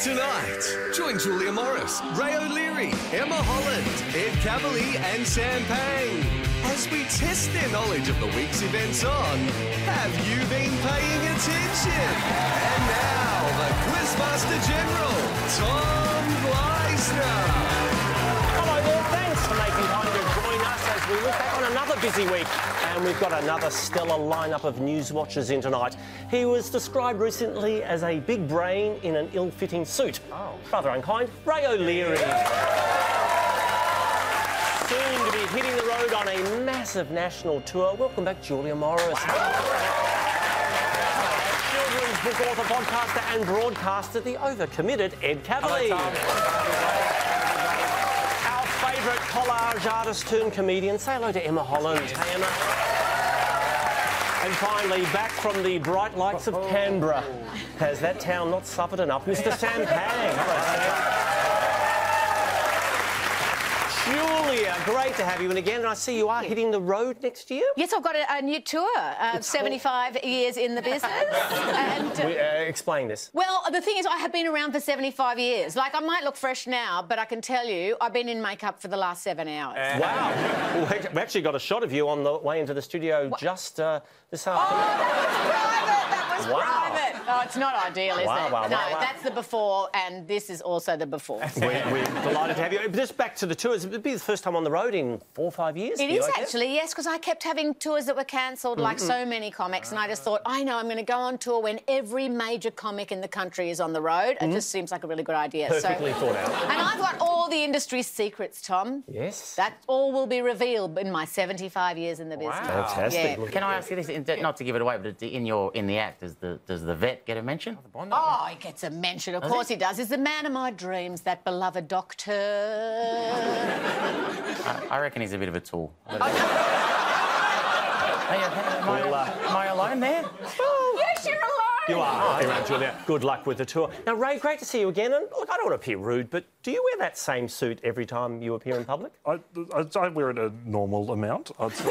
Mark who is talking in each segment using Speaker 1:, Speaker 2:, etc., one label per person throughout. Speaker 1: Tonight, join Julia Morris, Ray O'Leary, Emma Holland, Ed Cavalier, and Sam Payne as we test their knowledge of the week's events on Have You Been Paying Attention? And now, the Quizmaster General, Tom Gleisner.
Speaker 2: Hello there, thanks for making time to join us as we look back on another busy week. And we've got another stellar lineup of news watchers in tonight. He was described recently as a big brain in an ill fitting suit. Oh. Rather unkind, Ray O'Leary. Soon to be hitting the road on a massive national tour. Welcome back, Julia Morris. Children's book author, podcaster, and broadcaster, the overcommitted Ed Cavalier. Our favourite collage artist turned comedian. Say hello to Emma Holland. Hey, Emma. And finally, back from the bright lights of Canberra. Has that town not suffered enough? Mr. Sam Pang. Hello, Sam. Julia, great to have you. And again, I see you are hitting the road next year.
Speaker 3: Yes, I've got a, a new tour of 75 years in the business. and, uh,
Speaker 2: We, uh, explain this.
Speaker 3: well, the thing is, I have been around for 75 years. Like, I might look fresh now, but I can tell you, I've been in makeup for the last seven hours.
Speaker 2: Eh. Wow. we act- we actually got a shot of you on the way into the studio just uh, this afternoon.
Speaker 3: that was
Speaker 2: Wow.
Speaker 3: private. Oh, it's not ideal, is
Speaker 2: Wow,
Speaker 3: it?
Speaker 2: wow, wow,
Speaker 3: no,
Speaker 2: wow.
Speaker 3: that's the before, and this is also the before.
Speaker 2: We, we're delighted to have you. Just back to the tours. It'd be the first time on the road in four or five years.
Speaker 3: It
Speaker 2: for you,
Speaker 3: is
Speaker 2: I guess.
Speaker 3: actually, yes, because I kept having tours that were canceled like so
Speaker 2: Mm-hmm.
Speaker 3: many comics, and I just thought, I know I'm going to go on tour when every major comic in the country is on the road. It just seems like a really good idea.
Speaker 2: Mm-hmm. Perfectly
Speaker 3: So,
Speaker 2: thought out.
Speaker 3: and I've got all the industry secrets, Tom.
Speaker 2: Yes.
Speaker 3: That all will be revealed in my 75 years in the business.
Speaker 2: Fantastic.
Speaker 3: Yeah.
Speaker 2: Look-
Speaker 4: Can I ask you this? In- Not to give it away, but in your in the act, does the does the vet get a mention?
Speaker 3: Oh, he gets a mention. Of course he? does. He's the man of my dreams, that beloved doctor.
Speaker 4: I, I reckon he's a bit of a tool. Am
Speaker 2: We'll, uh,
Speaker 4: I am I alone there? Oh,
Speaker 3: yes, you're alone.
Speaker 2: You are. Anyway, Julia, good luck with the tour. Now, Ray, great to see you again. And look, I don't want to appear rude, but do you wear that same suit every time you appear in public?
Speaker 5: I, I, I wear it a normal amount. I'd say.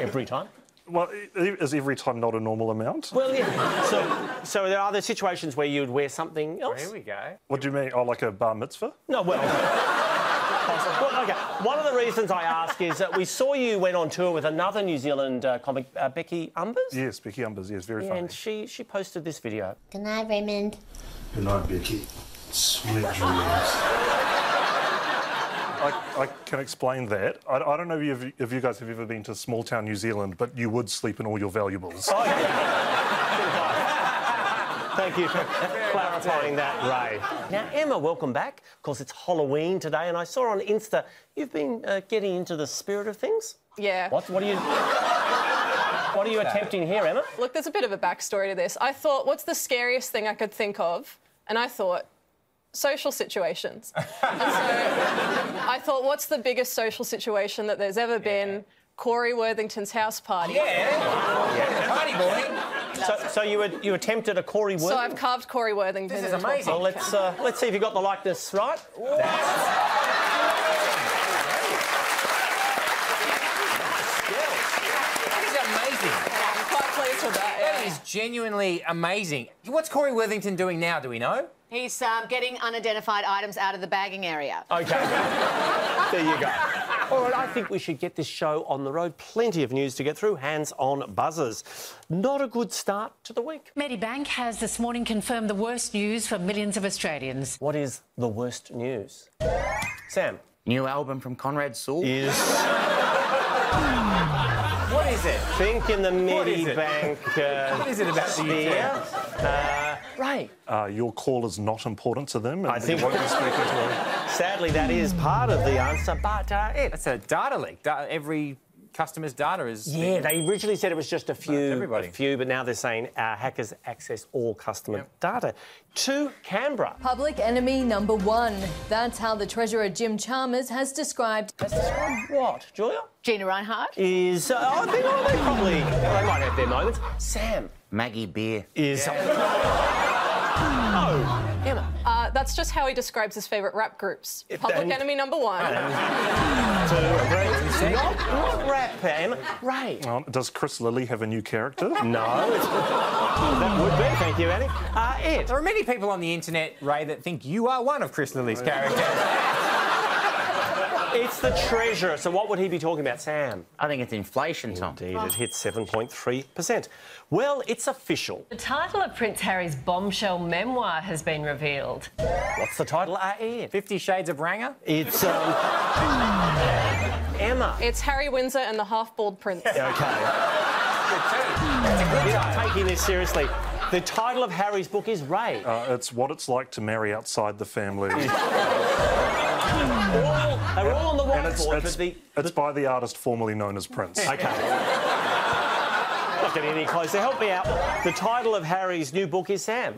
Speaker 2: Every time?
Speaker 5: well, i- is every time not a normal amount?
Speaker 2: Well, yeah. so, so there are there situations where you'd wear something else?
Speaker 6: Here we go.
Speaker 5: What do you mean? Oh, like a bar mitzvah?
Speaker 2: No, well. well, okay. One of the reasons I ask is that we saw you went on tour with another New Zealand uh, comic, uh, Becky Umbers.
Speaker 5: Yes, Becky Umbers. Yes, very funny.
Speaker 2: And she, she posted this video.
Speaker 7: Good night, Raymond.
Speaker 8: Good night, Vicky. Sweet dreams.
Speaker 5: I, I can explain that. I, I don't know if you, if you guys have ever been to small town New Zealand, but you would sleep in all your valuables.
Speaker 2: Thank you for clarifying that, Ray. Now, Emma, welcome back. Of course, it's Halloween today, and I saw on Insta you've been uh, getting into the spirit of things.
Speaker 9: Yeah.
Speaker 2: What? What are you? what are you attempting here, Emma?
Speaker 9: Look, there's a bit of a backstory to this. I thought, what's the scariest thing I could think of? And I thought, social situations. and so I thought, what's the biggest social situation that there's ever been? Corey Worthington's house party.
Speaker 6: Party boy.
Speaker 2: So, so you were, you attempted a Corey Wood.
Speaker 9: So I've carved Corey Worthington.
Speaker 6: This is
Speaker 9: into a-
Speaker 6: amazing.
Speaker 2: well, let's uh, let's see if you got the likeness right.
Speaker 6: That is amazing.
Speaker 9: I'm quite pleased with that.
Speaker 6: That
Speaker 9: yeah.
Speaker 6: is genuinely amazing. What's Corey Worthington doing now? Do we know?
Speaker 3: He's um, getting unidentified items out of the bagging area.
Speaker 2: Okay. there you go. All right, I think we should get this show on the road. Plenty of news to get through. Hands on buzzers. Not a good start to the week.
Speaker 10: Medibank has this morning confirmed the worst news for millions of Australians.
Speaker 2: What is the worst news? Sam.
Speaker 4: New album from Conrad Sewell.
Speaker 2: Is
Speaker 6: What is it?
Speaker 2: think in the
Speaker 6: is it?
Speaker 2: Medibank. Uh,
Speaker 6: What is it about the
Speaker 2: sphere.
Speaker 6: UK?
Speaker 2: Uh, right.
Speaker 5: Uh, your call is not important to them. And I
Speaker 2: think-
Speaker 5: won't be speaking to them.
Speaker 2: Sadly, that is part of the answer, but uh, it.
Speaker 6: That's a data leak. Da- every customer's data is.
Speaker 2: Yeah, they originally said it was just a few,
Speaker 6: everybody.
Speaker 2: a few, but now they're saying uh, hackers access all customer data. To Canberra.
Speaker 11: Public enemy number one. That's how the Treasurer Jim Chalmers has described.
Speaker 2: Has this one what, Julia?
Speaker 3: Gina Reinhardt.
Speaker 2: Is uh, I think oh, they probably they might have their moments. Sam
Speaker 4: Maggie Beer.
Speaker 2: is. Oh, Emma.
Speaker 9: Uh, that's just how he describes his favourite rap groups. Public
Speaker 2: and-
Speaker 9: Enemy number one.
Speaker 2: Two, three. Not, not rap, Emma. Ray.
Speaker 5: Um, does Chris Lilly have a new character?
Speaker 2: No, it's- that would be Thank you, Annie. Uh, Ed.
Speaker 6: There are many people on the internet, Ray, that think you are one of Chris Lilly's characters.
Speaker 2: It's the treasurer. So what would he be talking about, Sam?
Speaker 4: I think it's inflation, Tom.
Speaker 2: Indeed, it hit 7.3%. Well, it's official.
Speaker 7: The title of Prince Harry's bombshell memoir has been revealed.
Speaker 2: What's the title? Uh, Ed.
Speaker 6: Fifty Shades of Ranger?
Speaker 2: It's um, Emma.
Speaker 9: It's Harry Windsor and the Half-Bald Prince.
Speaker 2: Okay. You're not taking this seriously. The title of Harry's book is Ray.
Speaker 5: Uh, it's what it's like to marry outside the family.
Speaker 2: All- they're all on the
Speaker 5: and it's,
Speaker 2: whiteboard,
Speaker 5: it's-
Speaker 2: but the...
Speaker 5: it's by the artist formerly known as Prince.
Speaker 2: Okay. Not getting any closer. Help me out. The title of Harry's new book is Sam.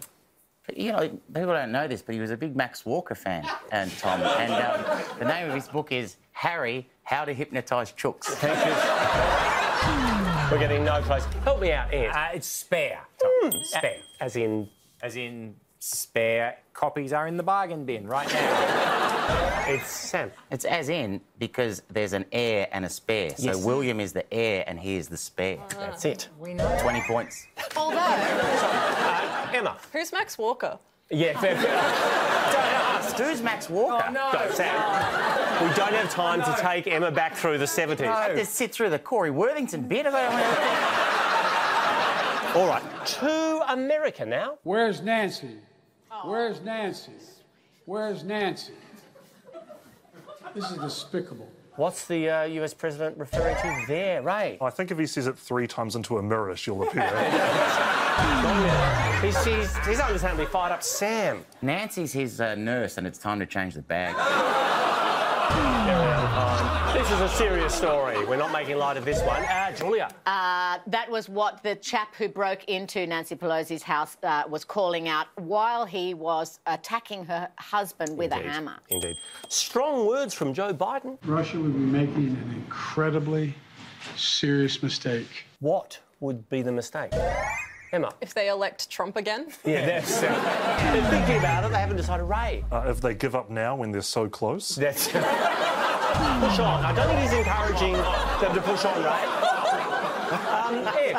Speaker 4: But, you know, people don't know this, but he was a big Max Walker fan, and Tom. And um, the name of his book is Harry: How to Hypnotise Chooks.
Speaker 2: We're getting no closer. Help me out, Ed.
Speaker 6: Uh, it's spare. Tom. Spare.
Speaker 2: As in,
Speaker 6: As in, spare copies are in the bargain bin right now.
Speaker 2: it's Sam.
Speaker 4: It's as in because there's an heir and a spare. So
Speaker 2: Yes.
Speaker 4: William is the heir and he is the spare.
Speaker 6: Ah.
Speaker 2: That's it.
Speaker 4: Twenty points.
Speaker 3: Although,
Speaker 2: Emma.
Speaker 9: Who's Max Walker?
Speaker 2: Yeah, fair, fair.
Speaker 4: Who's Max
Speaker 6: Oh,
Speaker 4: Walker?
Speaker 2: Go, Sam. We don't have time to take Emma back through the 70s.
Speaker 6: Oh.
Speaker 4: I just sit through the Corey Worthington bit. I don't wanna-
Speaker 2: All right, to America now.
Speaker 12: Where's Nancy? Where's Nancy? Where's Nancy? This is despicable.
Speaker 2: What's the uh, US president referring to there, Ray?
Speaker 5: I think if he says it three times into a mirror, she'll appear.
Speaker 2: He's, he's, he's understandably fired up. Sam.
Speaker 4: Nancy's his uh, nurse, and it's time to change the bag.
Speaker 2: This is a serious story. We're not making light of this one. Uh, Julia.
Speaker 3: that was what the chap who broke into Nancy Pelosi's house uh, was calling out while he was attacking her husband with a
Speaker 2: Indeed.
Speaker 3: hammer.
Speaker 2: Indeed. Strong words from Joe Biden.
Speaker 12: Russia would be making an incredibly serious mistake.
Speaker 2: What would be the mistake? Emma.
Speaker 9: If they elect Trump again?
Speaker 2: Yeah, that's. uh, They're thinking about it, they haven't decided Ray.
Speaker 5: uh, if they give up now when they're so close.
Speaker 2: That's. uh, push on. I don't think he's encouraging them to push on, Ray.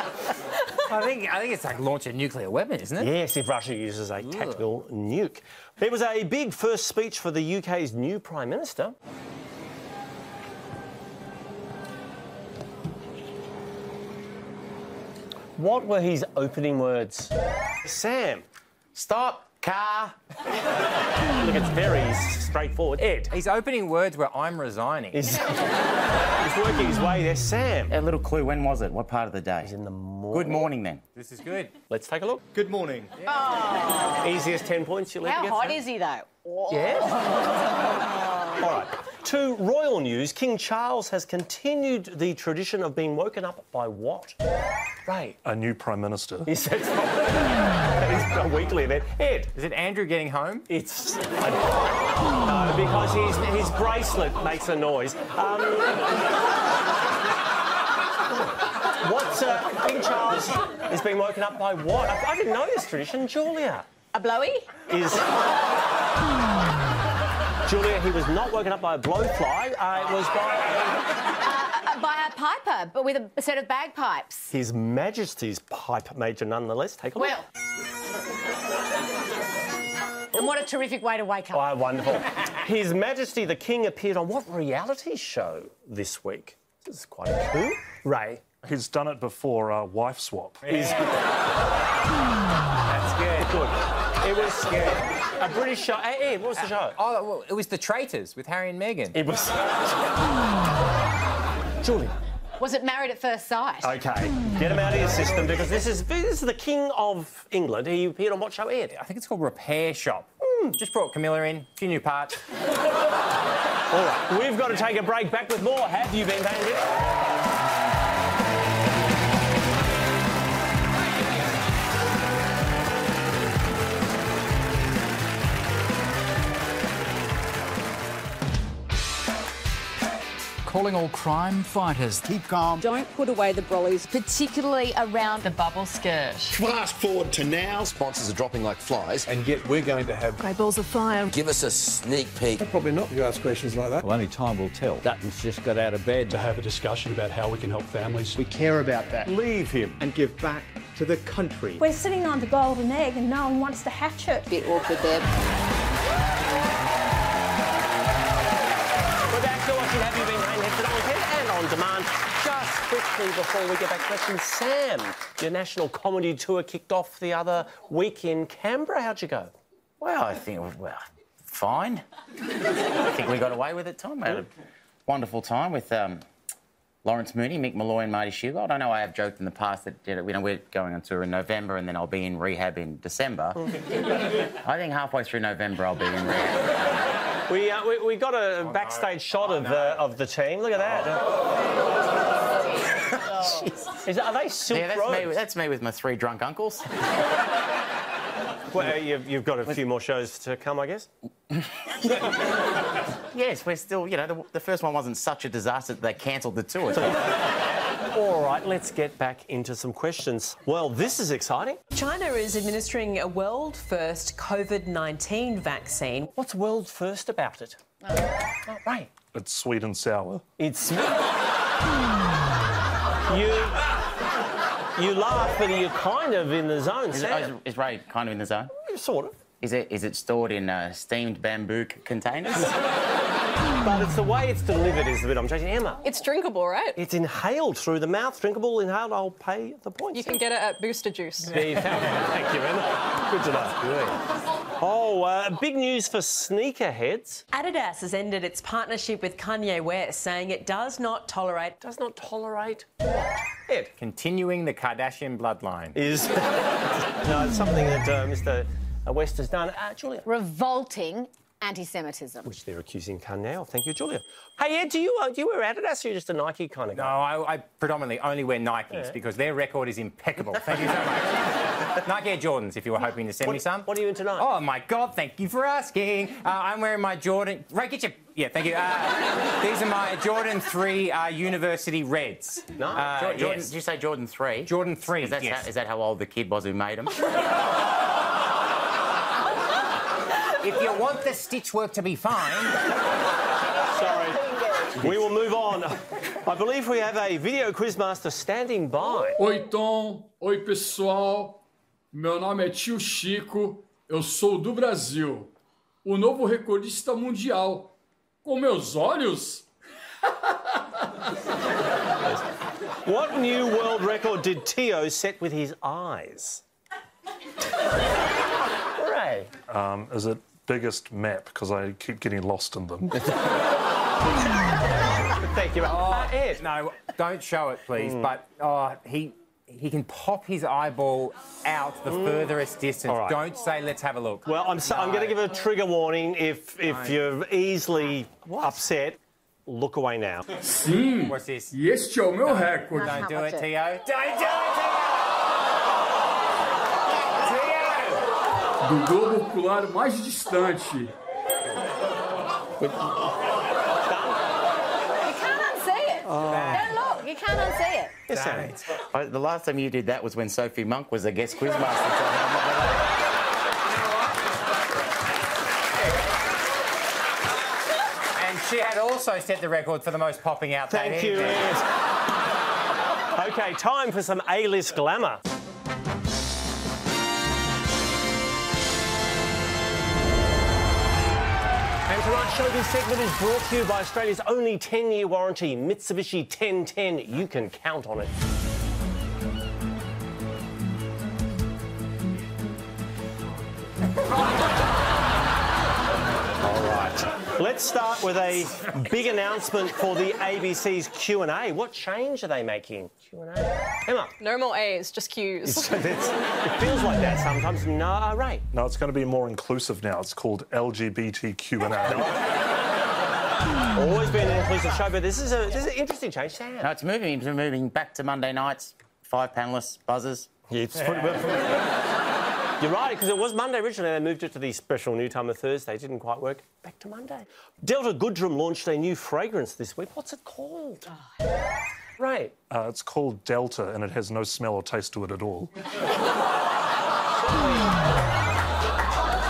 Speaker 2: Um, Ed.
Speaker 6: I think I think it's like launching a nuclear weapon, isn't it?
Speaker 2: Yes, if Russia uses a tactical nuke. There was a big first speech for the UK's new Prime Minister. What were his opening words? Sam,
Speaker 6: Stop. Car.
Speaker 2: look, it's very straightforward. Ed,
Speaker 6: His opening words were, "I'm resigning."
Speaker 2: he's, he's working his way there. Sam,
Speaker 4: A little clue. When was it? What part of the day?
Speaker 2: in the morning.
Speaker 4: Good morning, then.
Speaker 6: This is good.
Speaker 2: Let's take a look.
Speaker 13: Good morning.
Speaker 2: Easiest 10 points you'll ever
Speaker 3: How
Speaker 2: get.
Speaker 3: hot
Speaker 2: Sam.
Speaker 3: is he though?
Speaker 2: Yes. All right. To royal news, King Charles has continued the tradition of being woken up by what? Right.
Speaker 5: A new prime minister.
Speaker 2: Is that that is a weekly event. Ed,
Speaker 6: Is it Andrew getting home?
Speaker 2: it's no because his his bracelet makes a noise. Um, what uh, King Charles is being woken up by what? I, I didn't know this tradition, Julia.
Speaker 3: A blowy?
Speaker 2: is. Julia, he was not woken up by a blowfly. Uh, it was by
Speaker 3: Uh, by a piper, but with a set of bagpipes.
Speaker 2: His Majesty's pipe major, nonetheless. Take a look.
Speaker 3: Well. and what a terrific way to wake up.
Speaker 2: Ah, wonderful. His Majesty the King appeared on what reality show this week? This is quite a coup. Ray.
Speaker 5: He's done it before, uh, wife swap.
Speaker 2: Is... That's good. Good. It was a British show. Hey, Ed, what was the show?
Speaker 6: Oh, well, it was the traitors with Harry and Meghan.
Speaker 2: It was. Julia.
Speaker 3: Was it married at first sight?
Speaker 2: Okay, get him out of your system because this is this is the King of England. He appeared on what show, Ed?
Speaker 6: I think it's called Repair Shop. Hmm, Just brought Camilla in, a few new parts.
Speaker 2: All right, we've got to take a break. Back with more. Have you been paying attention?
Speaker 14: Calling all crime fighters. Keep calm.
Speaker 15: Don't put away the brollies, particularly around the bubble skirt.
Speaker 13: Fast forward to now. Sponsors are dropping like flies. And yet we're going to have.
Speaker 15: Grey balls of fire.
Speaker 13: Give us a sneak peek. Probably not. You ask questions like that.
Speaker 16: Well, only time will tell. Dutton's just got out of bed.
Speaker 12: To have a discussion about how we can help families.
Speaker 16: We care about that. Leave him and give back
Speaker 17: to the country.
Speaker 18: We're sitting on the golden egg and no one wants to hatch it. Bit awkward there.
Speaker 2: We're back to watching Have You Been Paying Attention on 10 and on demand. Just quickly before we get back to questions, Sam, your national comedy tour kicked off the other week in Canberra. How'd you go?
Speaker 4: Well, I think, well, fine. I think we got away with it, Tom. I had a wonderful time with um, Lawrence Mooney, Mick Malloy, and Marty Shewgold. I know I have joked in the past that you know, you know, we're going on tour in November and then I'll be in rehab in December. I think halfway through November I'll be in rehab.
Speaker 2: We, uh, we, we got a backstage shot of, uh, of the team. Look at that. Is that, are they Silk
Speaker 4: yeah, that's
Speaker 2: Road?
Speaker 4: me, that's me with my three drunk uncles.
Speaker 2: Well, uh, you've, you've got a few more shows to come, I guess.
Speaker 4: yes, we're still, you know, the, the first one wasn't such a disaster that they cancelled the tour.
Speaker 2: All right, let's get back into some questions. Well, this is exciting.
Speaker 19: China is administering a world first COVID 19 vaccine.
Speaker 2: What's world first about it?
Speaker 19: Oh, right.
Speaker 5: It's sweet and sour.
Speaker 2: It's you. You laugh, but you're kind of in the zone,
Speaker 4: Is,
Speaker 2: Sam.
Speaker 4: is, is Ray kind of in the zone?
Speaker 2: Sort of.
Speaker 4: Is it, is it stored in uh, steamed bamboo c- containers?
Speaker 2: But it's the way it's delivered is the bit I'm changing. Emma,
Speaker 9: It's drinkable, right?
Speaker 2: it's inhaled through the mouth, drinkable, inhaled. I'll pay the point.
Speaker 9: You can get it at Booster Juice.
Speaker 2: There you go. Thank you, Emma. Good to know. Oh, uh, big news for sneakerheads.
Speaker 19: Adidas has ended its partnership with Kanye West, saying it does not tolerate.
Speaker 2: Does not tolerate.
Speaker 6: It. Continuing the Kardashian bloodline.
Speaker 2: Is no, it's something that uh, Mr. West has done. Uh, Julia,
Speaker 3: Revolting anti-Semitism.
Speaker 2: which they're accusing Kanye of. Thank you, Julia. Hey, Ed, do you uh, do you wear Adidas or you're just a Nike kind of
Speaker 6: No,
Speaker 2: guy?
Speaker 6: I, I predominantly only wear Nikes
Speaker 2: Yeah.
Speaker 6: because their record is impeccable. Thank you so much. Nike Air Jordans, if you were hoping to send me some. What
Speaker 2: are you in tonight?
Speaker 6: Oh my God! Thank you for asking. Uh, I'm wearing my Jordan. Ray, get your. Yeah, thank you. Uh, these are my Jordan Three uh, University Reds.
Speaker 4: No.
Speaker 6: Uh,
Speaker 4: Jordan,
Speaker 6: yes.
Speaker 4: Did you say Jordan 3?
Speaker 6: Jordan 3,
Speaker 4: Is that,
Speaker 6: yes.
Speaker 4: how, is that how old the kid was who made them?
Speaker 6: If you want the stitch work to be fine,
Speaker 2: Sorry. We will move on. I believe we have a video quizmaster standing by.
Speaker 20: Oi, Tom. Oi, pessoal. Meu nome é Tio Chico. Eu sou do Brasil. O novo recordista mundial. Com meus olhos?
Speaker 2: What new world record did Tio set with his eyes? Hooray.
Speaker 5: Um, is it biggest map? Because I keep getting lost in them.
Speaker 2: Thank you. Uh, Ed.
Speaker 6: No, don't show it, please.
Speaker 2: Mm.
Speaker 6: But oh, he he can pop his eyeball out the furthest distance.
Speaker 2: Mm. All right.
Speaker 6: Don't say, let's have a look.
Speaker 2: Well, I'm so, I'm going to give a trigger warning. If if
Speaker 6: No.
Speaker 2: you're easily upset, look away now.
Speaker 20: Sim.
Speaker 6: What's this?
Speaker 20: E este é o meu recorde.
Speaker 6: Don't do it,
Speaker 20: Tio.
Speaker 6: T.O. Don't do it,
Speaker 20: Do globo ocular mais distante.
Speaker 3: You can't unsee it. Don't look. You can't unsee it.
Speaker 4: I, the last time you did that was when Sophie Monk was a guest quizmaster.
Speaker 6: T.O. And she had also set the record for the most popping out that
Speaker 2: Thank you,
Speaker 6: evening.
Speaker 2: Ed. okay, time for some A-list glamour. And tonight's showbiz segment is brought to you by Australia's only 10-year warranty, Mitsubishi 1010. You can count on it. All right. Let's start with a big announcement for the ABC's Q&A. What change are they making? Q&A. Emma.
Speaker 9: No more A's, just Q's.
Speaker 2: That's- it feels like that sometimes. No, right.
Speaker 5: No, it's going to be more inclusive now. It's called LGBTQ&A.
Speaker 2: Always been an inclusive show, but this is a this is an interesting change, Sam.
Speaker 4: no, it's moving. It's moving back to Monday nights. Five panellists, buzzers.
Speaker 2: It's You're right, because it was Monday originally. They moved it to the special new time of Thursday. It didn't quite work. Back to Monday. Delta Goodrum launched a new fragrance this week. What's it called? Right.
Speaker 5: Uh, it's called Delta, and it has no smell or taste to it at all.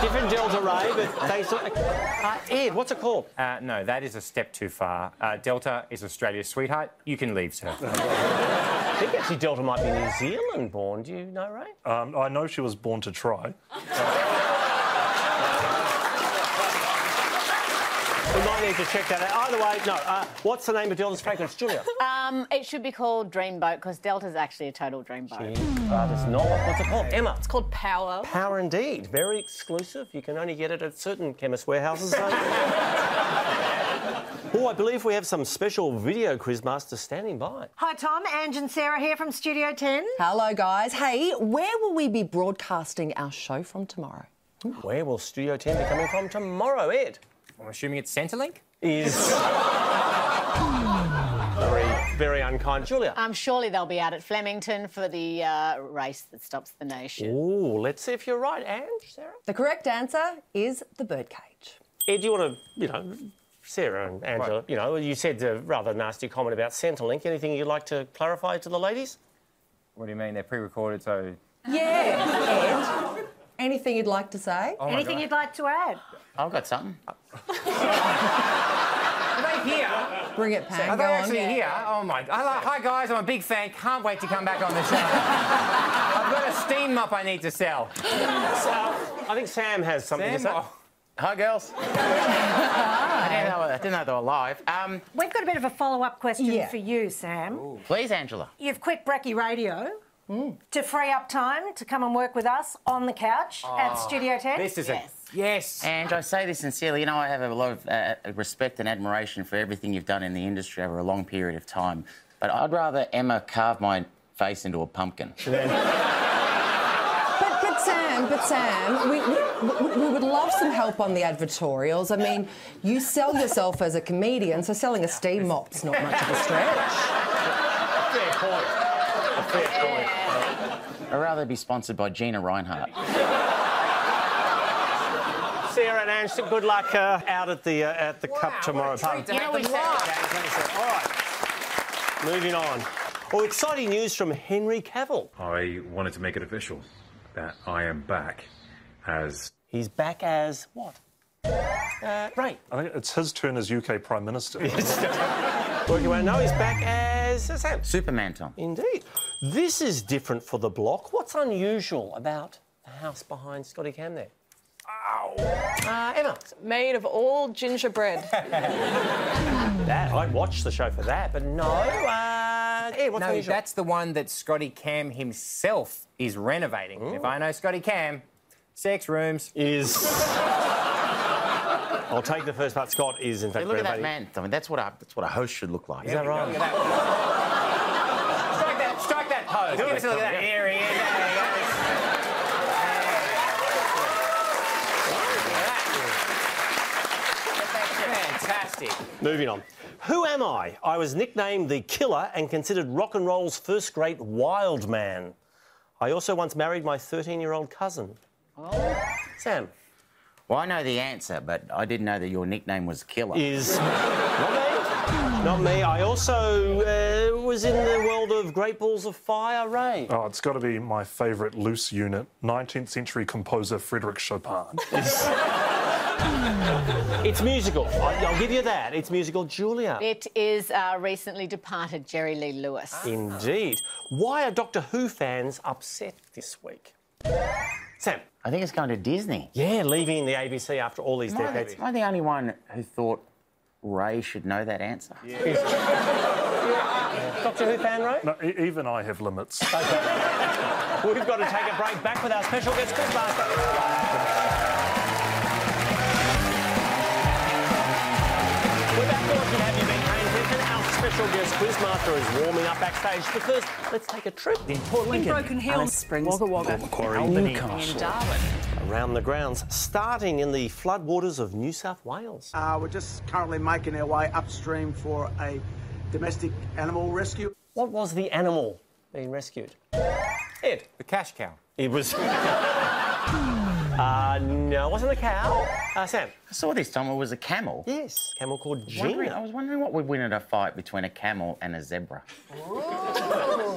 Speaker 2: Different Delta Ray, but thanks to. Uh, Ed, what's it called?
Speaker 6: Uh, no, that is a step too far. Uh, Delta is Australia's sweetheart. You can leave, sir.
Speaker 2: I think actually Delta might be New Zealand born. Do you know, Ray?
Speaker 5: Um, I know she was born to try.
Speaker 2: We might need to check that out. Either way, no. Uh, what's the name of Delta's fragrance, Julia?
Speaker 3: Um, it should be called Dreamboat because Delta's actually a total dreamboat.
Speaker 2: Uh, that's not what, what's it called, Emma.
Speaker 9: It's called Power.
Speaker 2: Power indeed, very exclusive. You can only get it at certain chemist warehouses. so- oh, I believe we have some special video quizmaster standing by.
Speaker 17: Hi, Tom. Ange and Sarah here from Studio 10.
Speaker 19: Hello, guys. Hey, where will we be broadcasting our show from tomorrow?
Speaker 2: Where will Studio 10 be coming from tomorrow, Ed?
Speaker 6: I'm assuming it's Centrelink.
Speaker 2: Is very, very unkind, Julia.
Speaker 3: Um, surely they'll be out at Flemington for the uh, race that stops the nation.
Speaker 2: Oh, let's see if you're right, Ange, Sarah.
Speaker 19: The correct answer is the birdcage.
Speaker 2: Ed, you want to, you know, Sarah and Angela, you know, you said a rather nasty comment about Centrelink. Anything you'd like to clarify to the ladies?
Speaker 6: What do you mean? They're pre-recorded, so
Speaker 19: Yeah. Ed, anything you'd like to say?
Speaker 6: Oh my Anything God.
Speaker 17: you'd like to add?
Speaker 4: I've got something.
Speaker 6: Are they here?
Speaker 19: Bring it, Pam.
Speaker 6: Are they
Speaker 19: Go on.
Speaker 6: actually here? Oh my! I like, hi guys, I'm a big fan. Can't wait to come back on the show. I've got a steam mop I need to sell.
Speaker 2: I think Sam has something to
Speaker 6: Sam,
Speaker 2: say.
Speaker 6: oh. Hi, girls. I
Speaker 4: Uh,
Speaker 6: didn't know, I didn't know they were live. Um,
Speaker 17: We've got a bit of a follow up question
Speaker 6: Yeah.
Speaker 17: for you, Sam.
Speaker 4: please, Angela.
Speaker 17: You've quit Brecky Radio to free up time to come and work with us on the couch at
Speaker 4: Oh,
Speaker 17: Studio 10.
Speaker 6: a yes.
Speaker 4: And I say this sincerely. You know, I have a lot of uh, respect and admiration for everything you've done in the industry over a long period of time. But I'd rather Emma carve my face into a pumpkin.
Speaker 19: But, but Sam, but Sam, we, we, we would love some help on the advertorials. I mean, you sell yourself as a comedian, so selling a steam mop's not much of a stretch.
Speaker 2: Fair point. A fair point.
Speaker 4: I'd rather be sponsored by Gina Reinhardt.
Speaker 2: Sarah and Ange, good luck uh, out at the uh, at the cup tomorrow.
Speaker 6: treat to You have know, them we live. said-
Speaker 2: All right. Moving on. Well, exciting news from Henry Cavill.
Speaker 21: I wanted to make it official that I am back as.
Speaker 2: He's back as what? Uh, right.
Speaker 5: I think it's his turn as UK Prime Minister.
Speaker 2: Working away. No, he's back as as Sam.
Speaker 4: Superman, Tom.
Speaker 2: Indeed. This is different for the block. What's unusual about the house behind Scotty Cam there? Uh, Emma.
Speaker 9: Made of all gingerbread.
Speaker 2: That I'd watch the show for that, but no. Uh, Ed, what's
Speaker 6: no,
Speaker 2: unusual?
Speaker 6: that's the one that Scotty Cam himself is renovating. If I know Scotty Cam, sex rooms
Speaker 2: is. I'll take the first part. Scott is in fact.
Speaker 4: Hey, look at that
Speaker 2: renovating-
Speaker 4: man. I mean, that's what a, that's what a host should look like.
Speaker 2: Is that right?
Speaker 6: Strike that, strike that pose.
Speaker 4: Look
Speaker 6: Give
Speaker 4: at
Speaker 6: us a look at
Speaker 4: that.
Speaker 6: that. Here he is. Fantastic.
Speaker 2: Moving on. Who am I? I was nicknamed the Killer and considered rock and roll's first great wild man. I also once married my 13-year-old cousin. Sam.
Speaker 4: Well, I know the answer, but I didn't know that your nickname was Killer.
Speaker 2: Is- Not me. I also uh, was in the world of Great Balls of Fire. Ray.
Speaker 5: Oh, it's got to be my favourite loose unit, 19th century composer Frederic Chopin.
Speaker 2: It's musical. I, I'll give you that. It's musical. Julia.
Speaker 3: It is uh, recently departed Jerry Lee Lewis.
Speaker 2: Indeed. Why are Doctor Who fans upset this week? Sam.
Speaker 4: I think it's going to Disney.
Speaker 2: Yeah, leaving the ABC after all these
Speaker 4: Am I,
Speaker 2: decades.
Speaker 4: the, am I the only one who thought Ray should know that answer?
Speaker 2: Doctor Who fan, right?
Speaker 5: No, e- even I have limits.
Speaker 2: We've got to take a break. Back with our special guest, Quizmaster. We're back fortunate to have you, Ben Kane Griffin. Our special guest, Quizmaster, is warming up backstage. But first, let's take a trip in Port Lincoln,
Speaker 22: Broken Hill,
Speaker 2: Alice Springs,
Speaker 22: Wagga Wagga,
Speaker 2: Port Macquarie,
Speaker 22: Albany,
Speaker 2: Newcastle.
Speaker 22: and Darwin.
Speaker 2: Around the grounds, starting in the floodwaters of New South Wales.
Speaker 23: Uh, we're just currently making our way upstream for a domestic animal rescue.
Speaker 2: What was the animal being rescued? Ed.
Speaker 6: The cash cow.
Speaker 2: It was. uh, no, it wasn't a cow. Uh, Sam.
Speaker 4: I saw this time. It was a camel.
Speaker 2: Yes, camel called
Speaker 4: Wondering- I
Speaker 2: Gina.
Speaker 4: was wondering what would win in a fight between a camel and a zebra.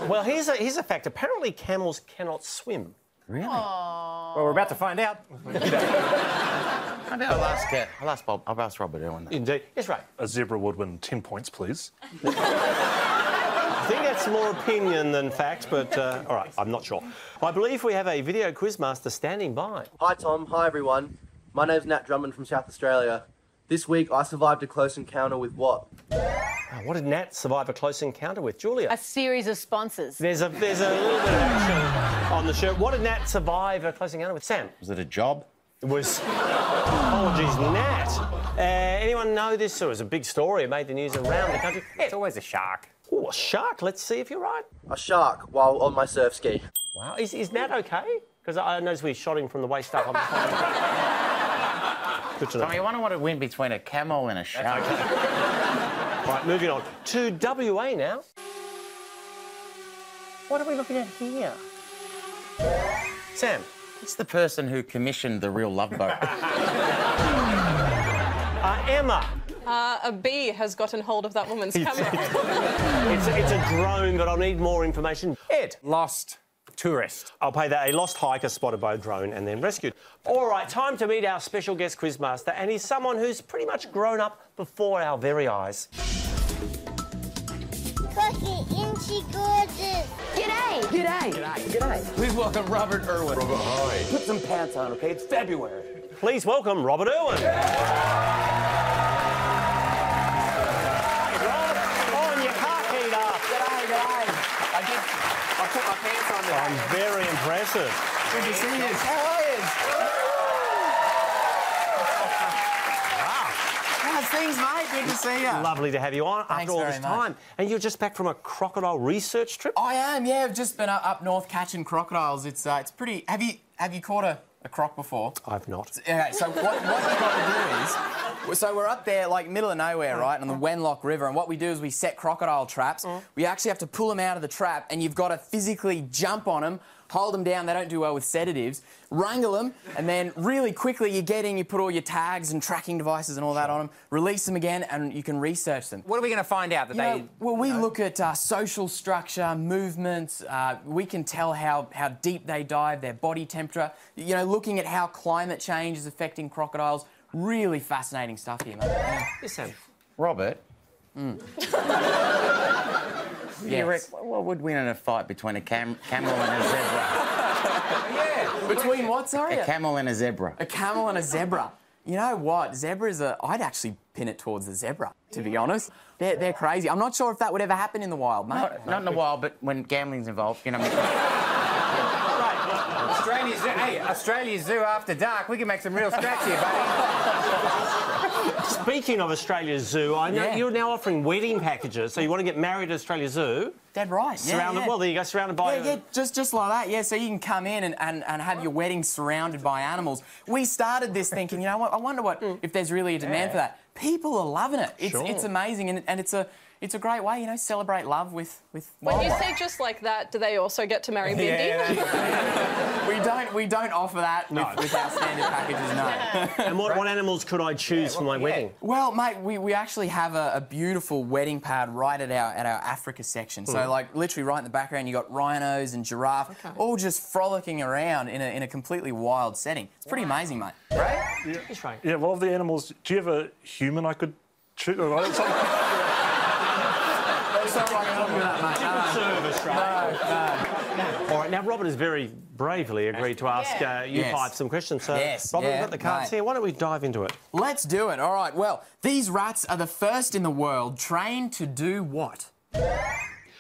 Speaker 2: Well, here's a, here's a fact. Apparently, camels cannot swim.
Speaker 4: Really?
Speaker 6: Well, we're about to find out.
Speaker 4: Maybe I'll ask, uh, I'll ask Bob. I'll ask Robert Irwin.
Speaker 2: Indeed. Yes, right.
Speaker 5: A zebra would win 10 points, please.
Speaker 2: think that's more opinion than fact, but uh, all right, I'm not sure. I believe we have a video quizmaster standing by. Ah,
Speaker 1: Hi, Tom. Hi, everyone. My name's Nat Drummond from South Australia. This week, I survived a close encounter with what?
Speaker 2: Oh, what did Nat survive a close encounter with? Julia.
Speaker 3: A series of sponsors.
Speaker 2: There's a there's a little bit of action on the show. What did Nat survive a close encounter with? Sam.
Speaker 4: Was it a job?
Speaker 2: It was. Apologies, Nat. Uh, anyone know this? It was a big story. It made the news around the country. It's
Speaker 4: always a shark.
Speaker 2: Oh, a shark. Let's see if you're right.
Speaker 1: A shark while on my surf ski.
Speaker 2: Wow. Is, is Nat okay? Because I noticed we shot him from the waist up. I'm- Good to know.
Speaker 4: Tommy, I wonder what it went between a camel and a shark.
Speaker 2: Right, moving on to WA now. What are we looking at here? Sam.
Speaker 4: It's the person who commissioned the real love boat.
Speaker 2: Uh, Emma.
Speaker 9: Uh, a bee has gotten hold of that woman's camera.
Speaker 2: It's a, it's a drone, but I'll need more information. Ed.
Speaker 6: Lost tourist.
Speaker 2: I'll pay that. A lost hiker spotted by a drone and then rescued. All right, time to meet our special guest quizmaster, and he's someone who's pretty much grown up before our very eyes.
Speaker 8: Cookie, isn't she gorgeous? G'day.
Speaker 17: G'day.
Speaker 1: G'day. Please welcome Robert Irwin. Robert, hi. Put some pants on, okay? It's February.
Speaker 2: Please welcome Robert Irwin. On your car heat up.
Speaker 1: G'day, guys. I did. I put my pants on today.
Speaker 2: I'm very impressive.
Speaker 1: Good to see you. How are you? How's things, mate? Good to see you.
Speaker 2: Lovely to have you on
Speaker 1: Thanks
Speaker 2: after all
Speaker 1: very
Speaker 2: this
Speaker 1: much.
Speaker 2: time. And you're just back from a crocodile research trip?
Speaker 1: I am, yeah.
Speaker 4: I've just been up, up north catching crocodiles. It's uh, it's pretty. Have you have you caught a, a croc before?
Speaker 2: I've not.
Speaker 4: Okay, so what, what you've got to do is, so we're up there, like middle of nowhere, right, on the Wenlock River, and what we do is we set crocodile traps. We actually have to pull them out of the trap, and you've got to physically jump on them, hold them down. They don't do well with sedatives. Wrangle them, and then really quickly you get in, you put all your tags and tracking devices and all that on them, release them again, and you can research them.
Speaker 6: What are we going to find out that
Speaker 4: You
Speaker 6: they?
Speaker 4: know, well, we look at uh, social structure, movements. Uh, we can tell how, how deep they dive, their body temperature. You know, looking at how climate change is affecting crocodiles. Really fascinating stuff here, mate.
Speaker 2: Yes, Sam.
Speaker 4: Robert. Yes. Hmm. What would win in a fight between a cam- camel and a zebra?
Speaker 1: Between what, sorry?
Speaker 4: a camel and a zebra.
Speaker 1: A camel and a zebra.
Speaker 4: You know what? Zebras are. I'd actually pin it towards the zebra, to be honest. They're, they're crazy. I'm not sure if that would ever happen in the wild, mate. Not, in the wild, but when gambling's involved, you know.
Speaker 6: Australia Zoo. Hey, Australia Zoo after dark. We can make some real scratch here, buddy.
Speaker 2: Speaking of Australia Zoo, I know
Speaker 6: Yeah.
Speaker 2: you're now offering wedding packages. So you want to get married at Australia Zoo?
Speaker 4: Dead right. yeah,
Speaker 2: Surrounded.
Speaker 4: yeah.
Speaker 2: Well, there you go. Surrounded by.
Speaker 4: Yeah, yeah, just just like that. Yeah, so you can come in and, and, and have your wedding surrounded by animals. We started this thinking, you know what? I wonder what if there's really a demand
Speaker 6: Mm. Yeah.
Speaker 4: for that. People are loving it. It's
Speaker 6: Sure.
Speaker 4: it's amazing, and, and it's a it's a great way, you know, celebrate love with with
Speaker 9: When you
Speaker 4: wildlife.
Speaker 9: say just like that, do they also get to marry Bindi?
Speaker 4: Yeah, we don't we don't offer that
Speaker 2: No.
Speaker 4: with, with our standard packages. No.
Speaker 2: and what, what animals could I choose for my wedding?
Speaker 4: Well, mate, we, we actually have a, a beautiful wedding pad right at our at our Africa section.
Speaker 2: Mm.
Speaker 4: So like literally right in the background, you got rhinos and giraffe, all just frolicking around in a, in a completely wild setting. It's pretty amazing, mate.
Speaker 2: That's right.
Speaker 5: Yeah, well, of the animals, do you have a human I could choose? Well, it's like-
Speaker 4: There's something wrong with that, mate. No, no.
Speaker 2: Service, All right, now Robert has very bravely agreed to ask uh, you
Speaker 4: Yes.
Speaker 2: five some questions. So,
Speaker 4: Yes,
Speaker 2: Robert, we've
Speaker 4: yeah,
Speaker 2: got the cards
Speaker 4: mate.
Speaker 2: here. Why don't we dive into it?
Speaker 4: Let's do it. All right. Well, these rats are the first in the world trained to do what?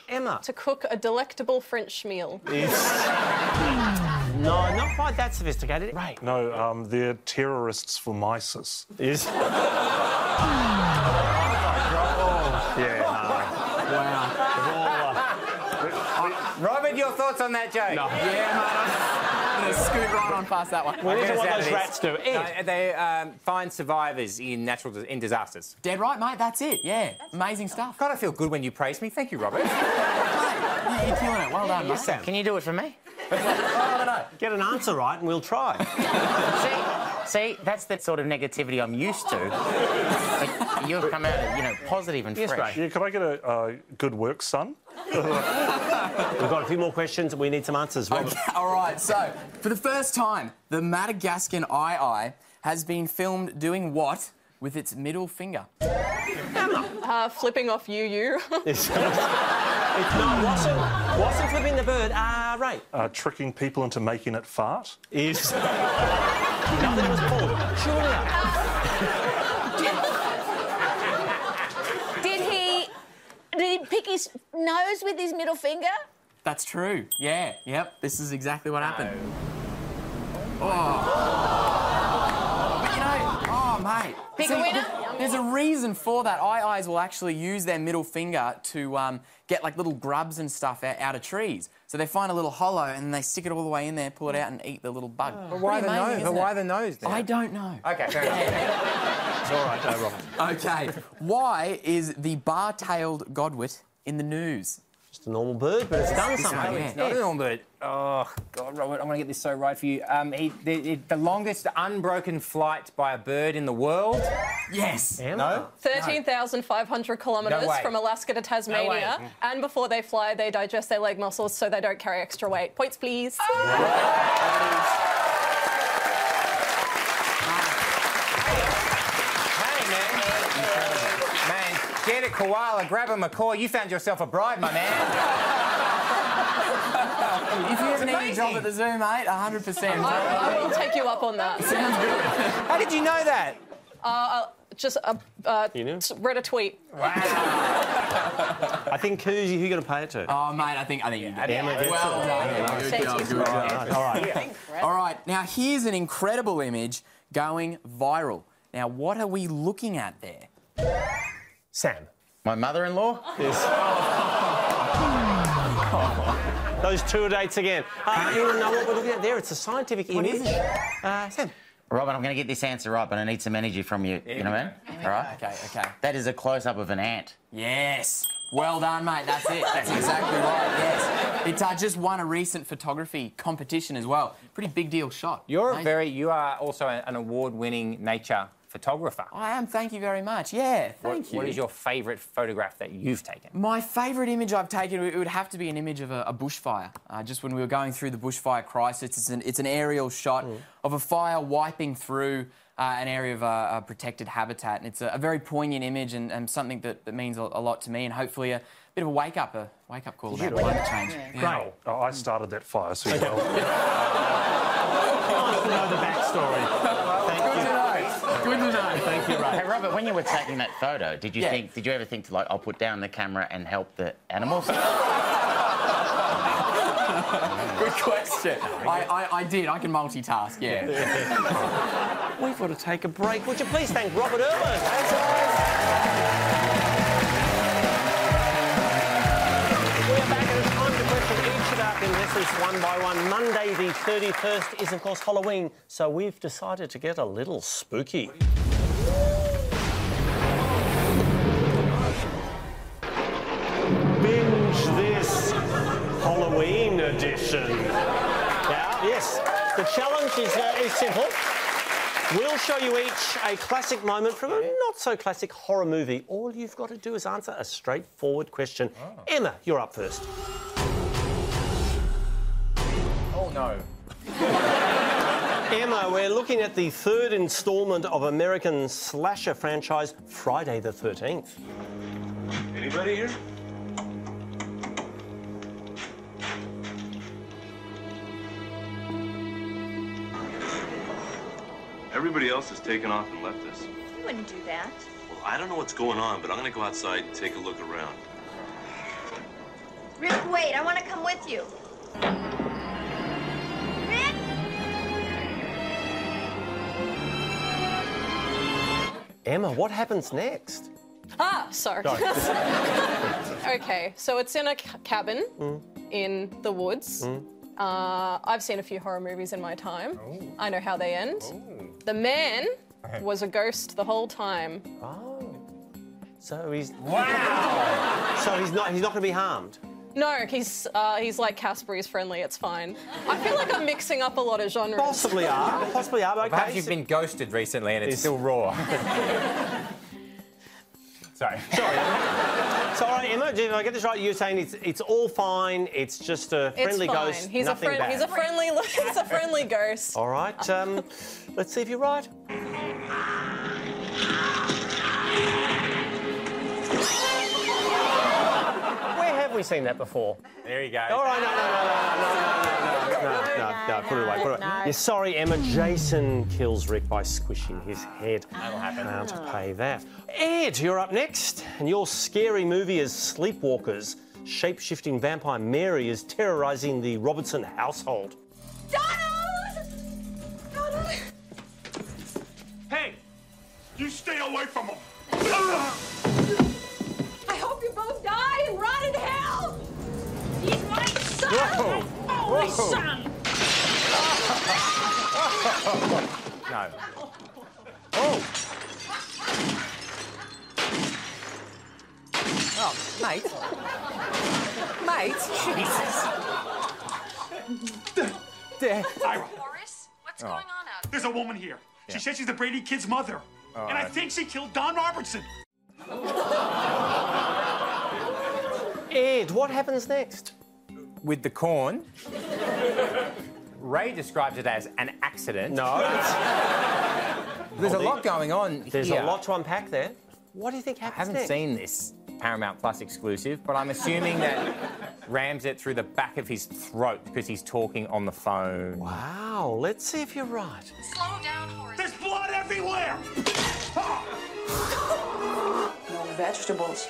Speaker 2: Emma.
Speaker 9: To cook a delectable French meal.
Speaker 2: No, not quite that sophisticated. Right.
Speaker 5: no, um, they're terrorists for MISIS.
Speaker 2: Yes.
Speaker 5: Yeah.
Speaker 4: Wow.
Speaker 6: Robert, your thoughts on that joke?
Speaker 4: I'm gonna scoot right on past that one.
Speaker 2: Well,
Speaker 6: I'm
Speaker 2: these are
Speaker 6: gonna
Speaker 2: what
Speaker 6: say
Speaker 2: those
Speaker 6: this.
Speaker 2: rats do. Ed.
Speaker 6: No, they um, find survivors in natural dis- in disasters.
Speaker 4: Dead right, mate. That's it. Yeah. Amazing stuff.
Speaker 6: God, I feel good when you praise me. Thank you, Robert.
Speaker 4: Mate, you're killing it. Well done, mate. Oh,
Speaker 6: Sam.
Speaker 4: Can you do it for me?
Speaker 2: Get an answer right and we'll try.
Speaker 4: See, that's that sort of negativity I'm used to. But you've come out, you know, positive and
Speaker 2: Yes,
Speaker 4: fresh.
Speaker 2: Ray.
Speaker 5: Yeah, could I get a uh, good work, son?
Speaker 2: We've got a few more questions and we need some answers. Robert.
Speaker 4: All right, so for the first time, the Madagascan eye eye has been filmed doing what with its middle finger?
Speaker 9: Uh, flipping off UU.
Speaker 2: Yes. It's not wasn't wasn't flipping the bird. Ah, right.
Speaker 5: Uh, tricking people into making it fart.
Speaker 2: Is. Nothing was pulled. Sure enough.
Speaker 3: Did he? Did he pick his nose with his middle finger?
Speaker 4: That's true. Yeah. Yep. This is exactly what happened. But you know, oh mate.
Speaker 3: Big winner?
Speaker 4: There's a reason for that. Eye eyes will actually use their middle finger to um, get like little grubs and stuff out, out of trees. So they find a little hollow and they stick it all the way in there, pull it out, and eat the little bug.
Speaker 24: But why the
Speaker 4: Pretty amazing,
Speaker 24: nose? But
Speaker 4: isn't
Speaker 24: why
Speaker 4: it?
Speaker 24: the nose? Then?
Speaker 4: I don't know.
Speaker 24: Okay, fair enough.
Speaker 5: it's all right, no, Robin.
Speaker 4: Okay. Why is the bar-tailed godwit in the news?
Speaker 2: Just a normal bird, but it's done something.
Speaker 24: It's not an omelette. Oh, God, Robert, I'm going to get this so right for you. Um, he, the, the- the longest unbroken flight by a bird in the world.
Speaker 4: Yes.
Speaker 24: No?
Speaker 12: 13,500 kilometres
Speaker 24: No way.
Speaker 12: from Alaska to Tasmania.
Speaker 24: way.
Speaker 12: and before they fly, they digest their leg muscles so they don't carry extra weight. Points, please.
Speaker 24: Man, get a koala, grab a macaw. You found yourself a bride, my man.
Speaker 4: If you ever
Speaker 24: It's
Speaker 4: need a
Speaker 24: amazing.
Speaker 4: job at the zoo, mate, 100. percent
Speaker 12: I, I will take you up on that.
Speaker 4: Sounds good.
Speaker 24: How did you know that?
Speaker 12: Uh, just uh, uh,
Speaker 2: You know?
Speaker 12: t- read a tweet.
Speaker 2: I think who's who you going to pay it to?
Speaker 4: Oh, mate, I think I think you did.
Speaker 2: Damn it.
Speaker 4: Well done. Good
Speaker 2: Thank
Speaker 4: job,
Speaker 2: you.
Speaker 4: good job.
Speaker 2: All right.
Speaker 4: All right. Now here's an incredible image going viral. Now what are we looking at there?
Speaker 2: Sam.
Speaker 4: My mother-in-law.
Speaker 2: Those tour dates again. Uh, you know what we're looking at there? It's a scientific
Speaker 4: What
Speaker 2: image.
Speaker 4: is it?
Speaker 2: Uh, Sam.
Speaker 4: Robin, I'm going to get this answer right, but I need some energy from you. You know what I mean? All right. Okay. Okay. That is a close-up of an ant. Yes. Well done, mate. That's it. That's exactly right. Yes. It's uh, just won a recent photography competition as well. Pretty big deal shot.
Speaker 24: You're a
Speaker 4: Amazing.
Speaker 24: very, you are also an award-winning nature photographer.
Speaker 4: I am. Thank you very much. Yeah. Thank
Speaker 24: What-
Speaker 4: you.
Speaker 24: What is your favourite photograph that you've taken?
Speaker 4: My favourite image I've taken it would have to be an image of a, a bushfire. Uh, just when we were going through the bushfire crisis, it's an, it's an aerial shot of a fire wiping through uh, an area of uh, a protected habitat, and it's a, a very poignant image and, and something that, that means a, a lot to me, and hopefully a bit of a wake up a wake up call about climate change. Yeah.
Speaker 5: Great. Oh, I started that fire, so you know.
Speaker 2: know the backstory.
Speaker 4: Good to know. Thank you,
Speaker 2: Ray.
Speaker 4: Hey, Robert, when you were taking that photo, did you think? Did you ever think to like, I'll put down the camera and help the animals? Good question. I, I, I did. I can multitask. Yeah.
Speaker 2: We've got to take a break. Would you please thank Robert Irwin? We're back and it's time to question each of our contestants one by one. Monday the 31st is, of course, Halloween, so we've decided to get a little spooky. Binge this Halloween edition. Now, yes, the challenge is, uh, is simple. We'll show you each a classic moment from a not so classic horror movie. All you've got to do is answer a straightforward question. Emma, you're up first.
Speaker 24: Oh no.
Speaker 2: Emma, we're looking at the third instalment of American slasher franchise Friday the 13th.
Speaker 25: Anybody here?
Speaker 1: Everybody else has taken off and left us.
Speaker 25: You wouldn't do that.
Speaker 1: Well, I don't know what's going on, but I'm gonna go outside and take a look around.
Speaker 25: Rick, wait, I want to come with you.
Speaker 2: Emma, what happens next?
Speaker 12: Ah, sorry. okay, so it's in a c- cabin
Speaker 2: Mm.
Speaker 12: in the woods. Uh, I've seen a few horror movies in my time.
Speaker 2: Oh.
Speaker 12: I know how they end. The man was a ghost the whole time.
Speaker 2: So he's wow. so he's not he's not going to be harmed.
Speaker 12: No, he's uh, he's like Casper. He's friendly. It's fine. I feel like I'm mixing up a lot of genres.
Speaker 2: Possibly are, possibly are. but Okay.
Speaker 24: Perhaps you've been ghosted recently and it's, still raw. Sorry.
Speaker 2: So, all right, Emma, did I get this right? You're saying it's it's all fine. It's just a
Speaker 12: It's
Speaker 2: friendly
Speaker 12: fine.
Speaker 2: ghost.
Speaker 12: He's a
Speaker 2: nothing
Speaker 12: friend.
Speaker 2: bad.
Speaker 12: He's a friendly. he's a friendly ghost.
Speaker 2: All right. Um, let's see if you're right. Where have we we seen that before?
Speaker 6: There you go.
Speaker 2: All right, no, no, no, no, no, no, no, no, no, no, put it away, put it away.
Speaker 6: no.
Speaker 2: You're sorry, Emma. Jason kills Rick by squishing his head.
Speaker 6: That'll happen.
Speaker 2: Can't pay that. Ed, you're up next, and your scary movie is Sleepwalkers. Shape-shifting vampire Mary is terrorising the Robertson household.
Speaker 7: Donald! Donald!
Speaker 14: Hey, you stay away from him.
Speaker 7: I hope you both die and rot in hell! He's my son!
Speaker 6: Whoa.
Speaker 7: My only
Speaker 6: Whoa.
Speaker 7: son!
Speaker 6: No.
Speaker 2: Oh!
Speaker 6: Oh, mate. mate. Jesus.
Speaker 14: Ira.
Speaker 7: Boris, what's
Speaker 6: Oh.
Speaker 7: going on out
Speaker 14: There's a woman here.
Speaker 6: Yeah.
Speaker 14: She said she's the Brady kid's mother.
Speaker 6: Oh,
Speaker 14: and I
Speaker 6: I-
Speaker 14: think she killed Don Robertson.
Speaker 2: Ed, what happens next?
Speaker 6: With the corn. Ray describes it as an accident.
Speaker 2: No.
Speaker 6: There's a lot going on
Speaker 2: There's
Speaker 6: here.
Speaker 2: a lot to unpack there. What do you think
Speaker 6: I
Speaker 2: happens
Speaker 6: haven't
Speaker 2: next?
Speaker 6: seen this Paramount Plus exclusive, but I'm assuming that rams it through the back of his throat because he's talking on the phone.
Speaker 2: Wow, let's see if you're right.
Speaker 7: Slow down, Horace.
Speaker 14: There's blood everywhere.
Speaker 7: No vegetables.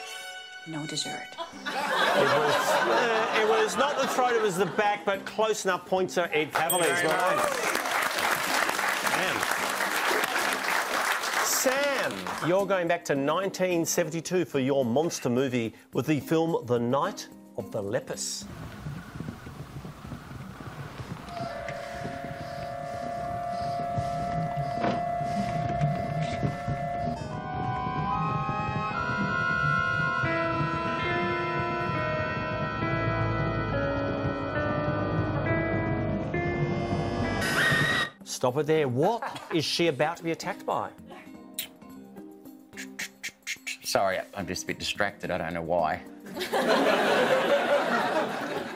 Speaker 7: No dessert.
Speaker 2: It was, uh, it was not the throat, it was the back, but close enough points are Ed Cavaliers. Well done. Sam, you're going back to 1972 for your monster movie with the film The Night of the Lepus. Stop it there. What is she about to be attacked by?
Speaker 4: Sorry, I'm just a bit distracted. I don't know why.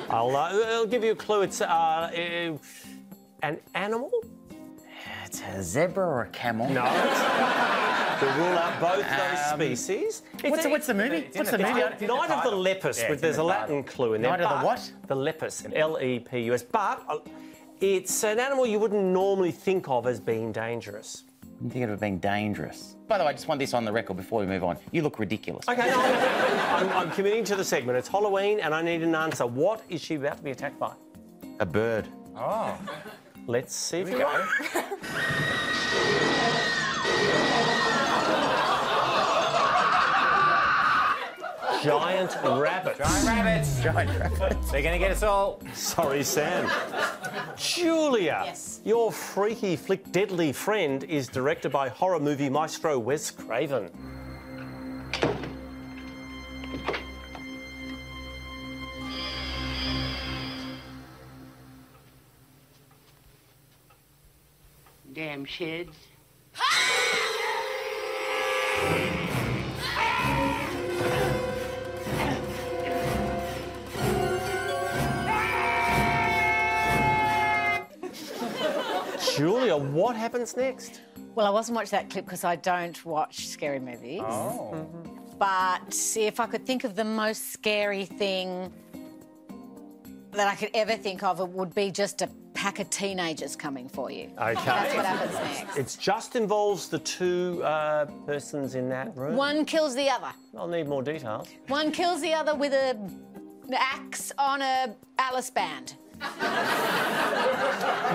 Speaker 2: I'll, uh, I'll give you a clue. It's uh, uh, an animal?
Speaker 4: It's a zebra or a camel.
Speaker 2: No. We'll rule out both those
Speaker 4: Um,
Speaker 2: species.
Speaker 4: what's the- what's the movie? What's the movie?
Speaker 2: Night of the Lepus,
Speaker 4: Yeah,
Speaker 2: but
Speaker 4: it's in
Speaker 2: there's a
Speaker 4: the
Speaker 2: Latin
Speaker 4: title.
Speaker 2: clue in there.
Speaker 4: Night of the
Speaker 2: but
Speaker 4: what?
Speaker 2: The Lepus, L E P U S. But uh, it's an animal you wouldn't normally think of as being dangerous.
Speaker 4: I'm thinking of it being dangerous. By the way, I just want this on the record before we move on. You look ridiculous.
Speaker 2: Okay, no, I'm, I'm, I'm committing to the segment. It's Halloween, and I need an answer. What is she about to be attacked by?
Speaker 4: A bird.
Speaker 2: Oh. Let's see if
Speaker 4: Here
Speaker 2: you
Speaker 4: we
Speaker 2: go. Giant rabbit.
Speaker 6: Giant rabbits. Giant rabbits. They're gonna get us all.
Speaker 2: Sorry, Sam. Julia, your freaky flick deadly friend is directed by horror movie maestro Wes Craven.
Speaker 22: Damn sheds.
Speaker 2: Julia, what happens next?
Speaker 3: Well, I wasn't watching that clip because I don't watch scary movies.
Speaker 22: Oh.
Speaker 3: But see if I could think of the most scary thing that I could ever think of, it would be just a pack of teenagers coming for you.
Speaker 2: Okay.
Speaker 3: That's what happens
Speaker 2: It
Speaker 3: next.
Speaker 2: just involves the two uh, persons in that room.
Speaker 3: One kills the other.
Speaker 2: I'll need more details.
Speaker 3: One kills the other with a an axe on a Alice band.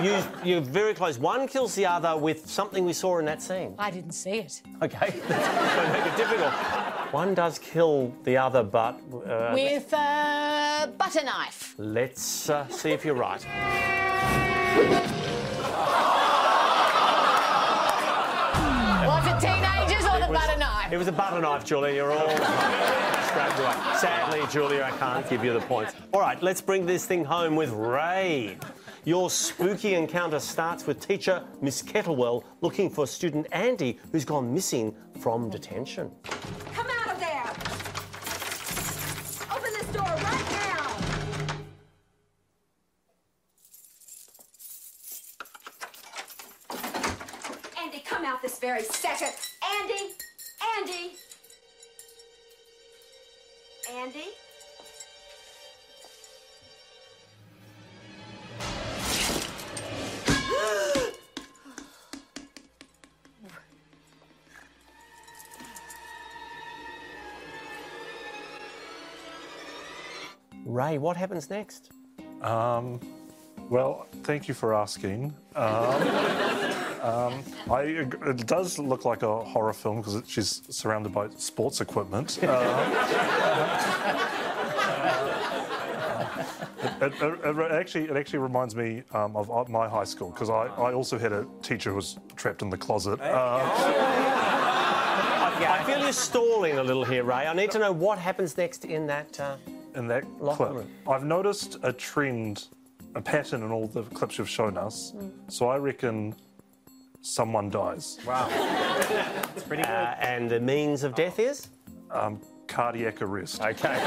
Speaker 2: You, you're very close. One kills the other with something we saw in that scene.
Speaker 3: I didn't see it.
Speaker 2: Okay, that's going to make it difficult. One does kill the other, but uh,
Speaker 3: With a butter knife.
Speaker 2: let's uh, see if you're right.
Speaker 3: Was it teenagers or the
Speaker 2: was-
Speaker 3: butter knife?
Speaker 2: It was a butter knife, Julia. You're all scrapped away. Sadly, Julia, I can't give you the points. All right, let's bring this thing home with Ray. Your spooky encounter starts with teacher Miss Kettlewell looking for student Andy, who's gone missing from detention.
Speaker 7: Come out of there! Open this door right now! Andy, come out this very second! Andy! Andy! Andy?
Speaker 2: Ray, what happens next?
Speaker 5: Um, well, thank you for asking. Um, um, I, it does look like a horror film because she's surrounded by sports equipment. Uh, uh, It, it, it re- actually, it actually reminds me um, of uh, my high school because I, I also had a teacher who was trapped in the closet. Um,
Speaker 2: I feel you're stalling a little here, Ray. I need to know what happens next in that. Uh...
Speaker 5: in that clip, I've noticed a trend, a pattern in all the clips you've shown us.
Speaker 2: Mm.
Speaker 5: So I reckon someone dies. Wow,
Speaker 2: that's pretty good. Uh, and the means of death is
Speaker 5: um, cardiac arrest.
Speaker 2: Okay.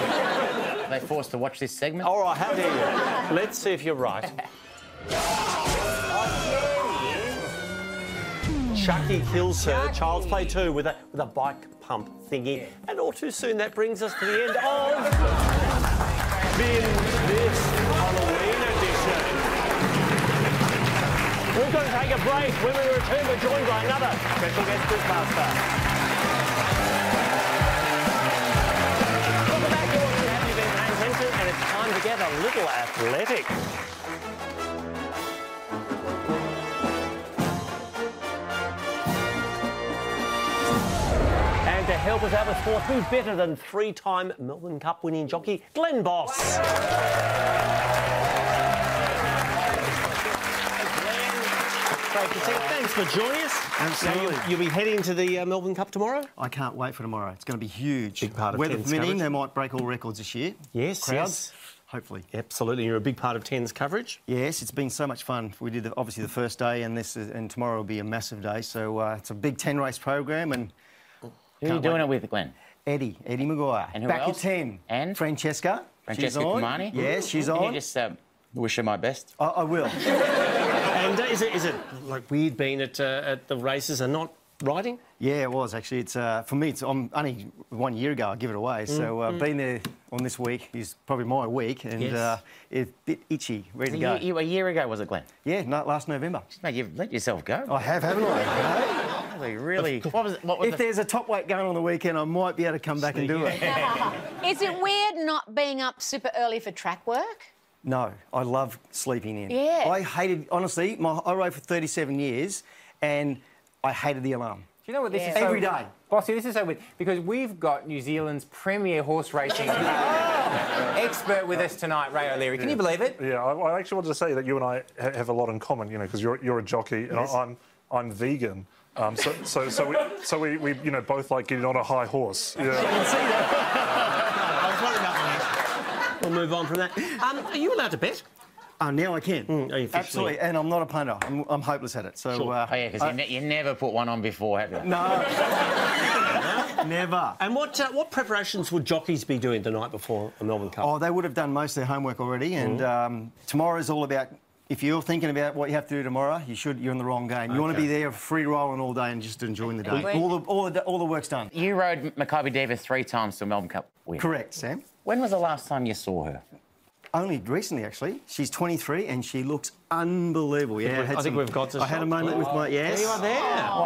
Speaker 4: Are they forced to watch this segment?
Speaker 12: Oh,
Speaker 2: All right, how dare you? Let's see if you're right. Chucky kills her, Child's Play 2, with a, with a bike pump thingy. And all too soon, that brings us to the end of Bin This Halloween Edition. We're going to take a break. When we return, we're joined by another special guest Quizmaster. Welcome back, you're watching Happy Being Anne Henson, and it's time to get a little athletic. And to help us out with sports, who's better than three-time Melbourne Cup winning jockey Glenn Boss? Great to see you. Thanks for joining us.
Speaker 12: Absolutely.
Speaker 2: Now, you'll, you'll be heading to the uh, Melbourne Cup tomorrow.
Speaker 12: I can't wait for tomorrow. It's going to be huge. Big part
Speaker 2: of
Speaker 12: Weather
Speaker 2: ten's
Speaker 12: permitting,
Speaker 2: coverage.
Speaker 12: they might break all records this year.
Speaker 2: Yes,
Speaker 12: Crowds,
Speaker 2: yes.
Speaker 12: hopefully.
Speaker 2: Absolutely. You're a big part of Ten's coverage.
Speaker 12: Yes, it's been so much fun. We did the, obviously the first day, and this is, and tomorrow will be a massive day. So uh, it's a big ten race program, and
Speaker 4: Who are you doing it with, Glenn?
Speaker 12: Eddie, Eddie Maguire.
Speaker 4: And who
Speaker 12: Back
Speaker 4: else?
Speaker 12: at ten.
Speaker 4: And
Speaker 12: Francesca.
Speaker 4: Francesca
Speaker 12: she's on.
Speaker 4: Kumani?
Speaker 12: Yes, she's
Speaker 4: Can
Speaker 12: on. Oh,
Speaker 4: You just um, wish her my best.
Speaker 12: I, I will.
Speaker 2: And uh, is it is it like weird being at uh, at the races and not riding?
Speaker 12: Yeah, it was actually. It's uh, for me. It's um, only one year ago. I give it away. So uh,
Speaker 13: Mm-hmm.
Speaker 4: Mm, mm.
Speaker 12: being there on this week is probably my week, and
Speaker 4: Yes.
Speaker 12: uh, it's a bit itchy, ready
Speaker 4: A
Speaker 12: to go.
Speaker 4: year, you- a year ago, was it, Glenn?
Speaker 12: Yeah, no, last November.
Speaker 4: Mate, you've let yourself go.
Speaker 12: I have, haven't I?
Speaker 4: Really, really. What was, what was
Speaker 12: if
Speaker 4: the-
Speaker 12: there's a top weight going on the weekend, I might be able to come back and do it.
Speaker 3: Is it weird not being up super early for track work?
Speaker 12: no, I love sleeping in.
Speaker 3: Yeah.
Speaker 12: I hated, honestly, my, I rode for 37 years, and I hated the alarm.
Speaker 6: Do you know what this
Speaker 12: Yeah.
Speaker 6: is? So
Speaker 12: Every day.
Speaker 6: Bossy, this is so weird because we've got New Zealand's premier horse racing expert with us tonight, Ray O'Leary. Can you believe it?
Speaker 5: Yeah, I, I actually wanted to say that you and I ha- have a lot in common, you know, because you're, you're a jockey and
Speaker 6: Yes.
Speaker 5: I, I'm I'm vegan. Um, so so so we so we, we you know both like getting on a high horse. Yeah.
Speaker 2: We'll move on from that. Um, are you allowed to bet?
Speaker 12: Oh, now I can.
Speaker 2: Mm. officially?
Speaker 12: Absolutely, and I'm not a punter. I'm, I'm hopeless at it. So, uh,
Speaker 4: oh, yeah, because
Speaker 12: I-
Speaker 4: you, ne- you never put one on before, have you?
Speaker 12: Never.
Speaker 2: And what uh, what preparations would jockeys be doing the night before a Melbourne Cup?
Speaker 12: Oh, they would have done most of their homework already, and
Speaker 2: Mhm.
Speaker 12: um, tomorrow's all about. If you're thinking about what you have to do tomorrow, you should. You're in the wrong game. You want to
Speaker 4: Okay.
Speaker 12: be there free rolling all day and just enjoying the day.
Speaker 4: Wait.
Speaker 12: All the, all, the, all the work's done.
Speaker 4: You rode Maccabi Diva three times to a Melbourne Cup win.
Speaker 12: Correct, Sam.
Speaker 4: When was the last time you saw her?
Speaker 12: Only recently, actually. She's 23 and she looks unbelievable. Yeah,
Speaker 4: I think we've got to
Speaker 12: I had a
Speaker 4: shot
Speaker 12: moment with
Speaker 4: clock.
Speaker 12: my yes.
Speaker 4: You are there.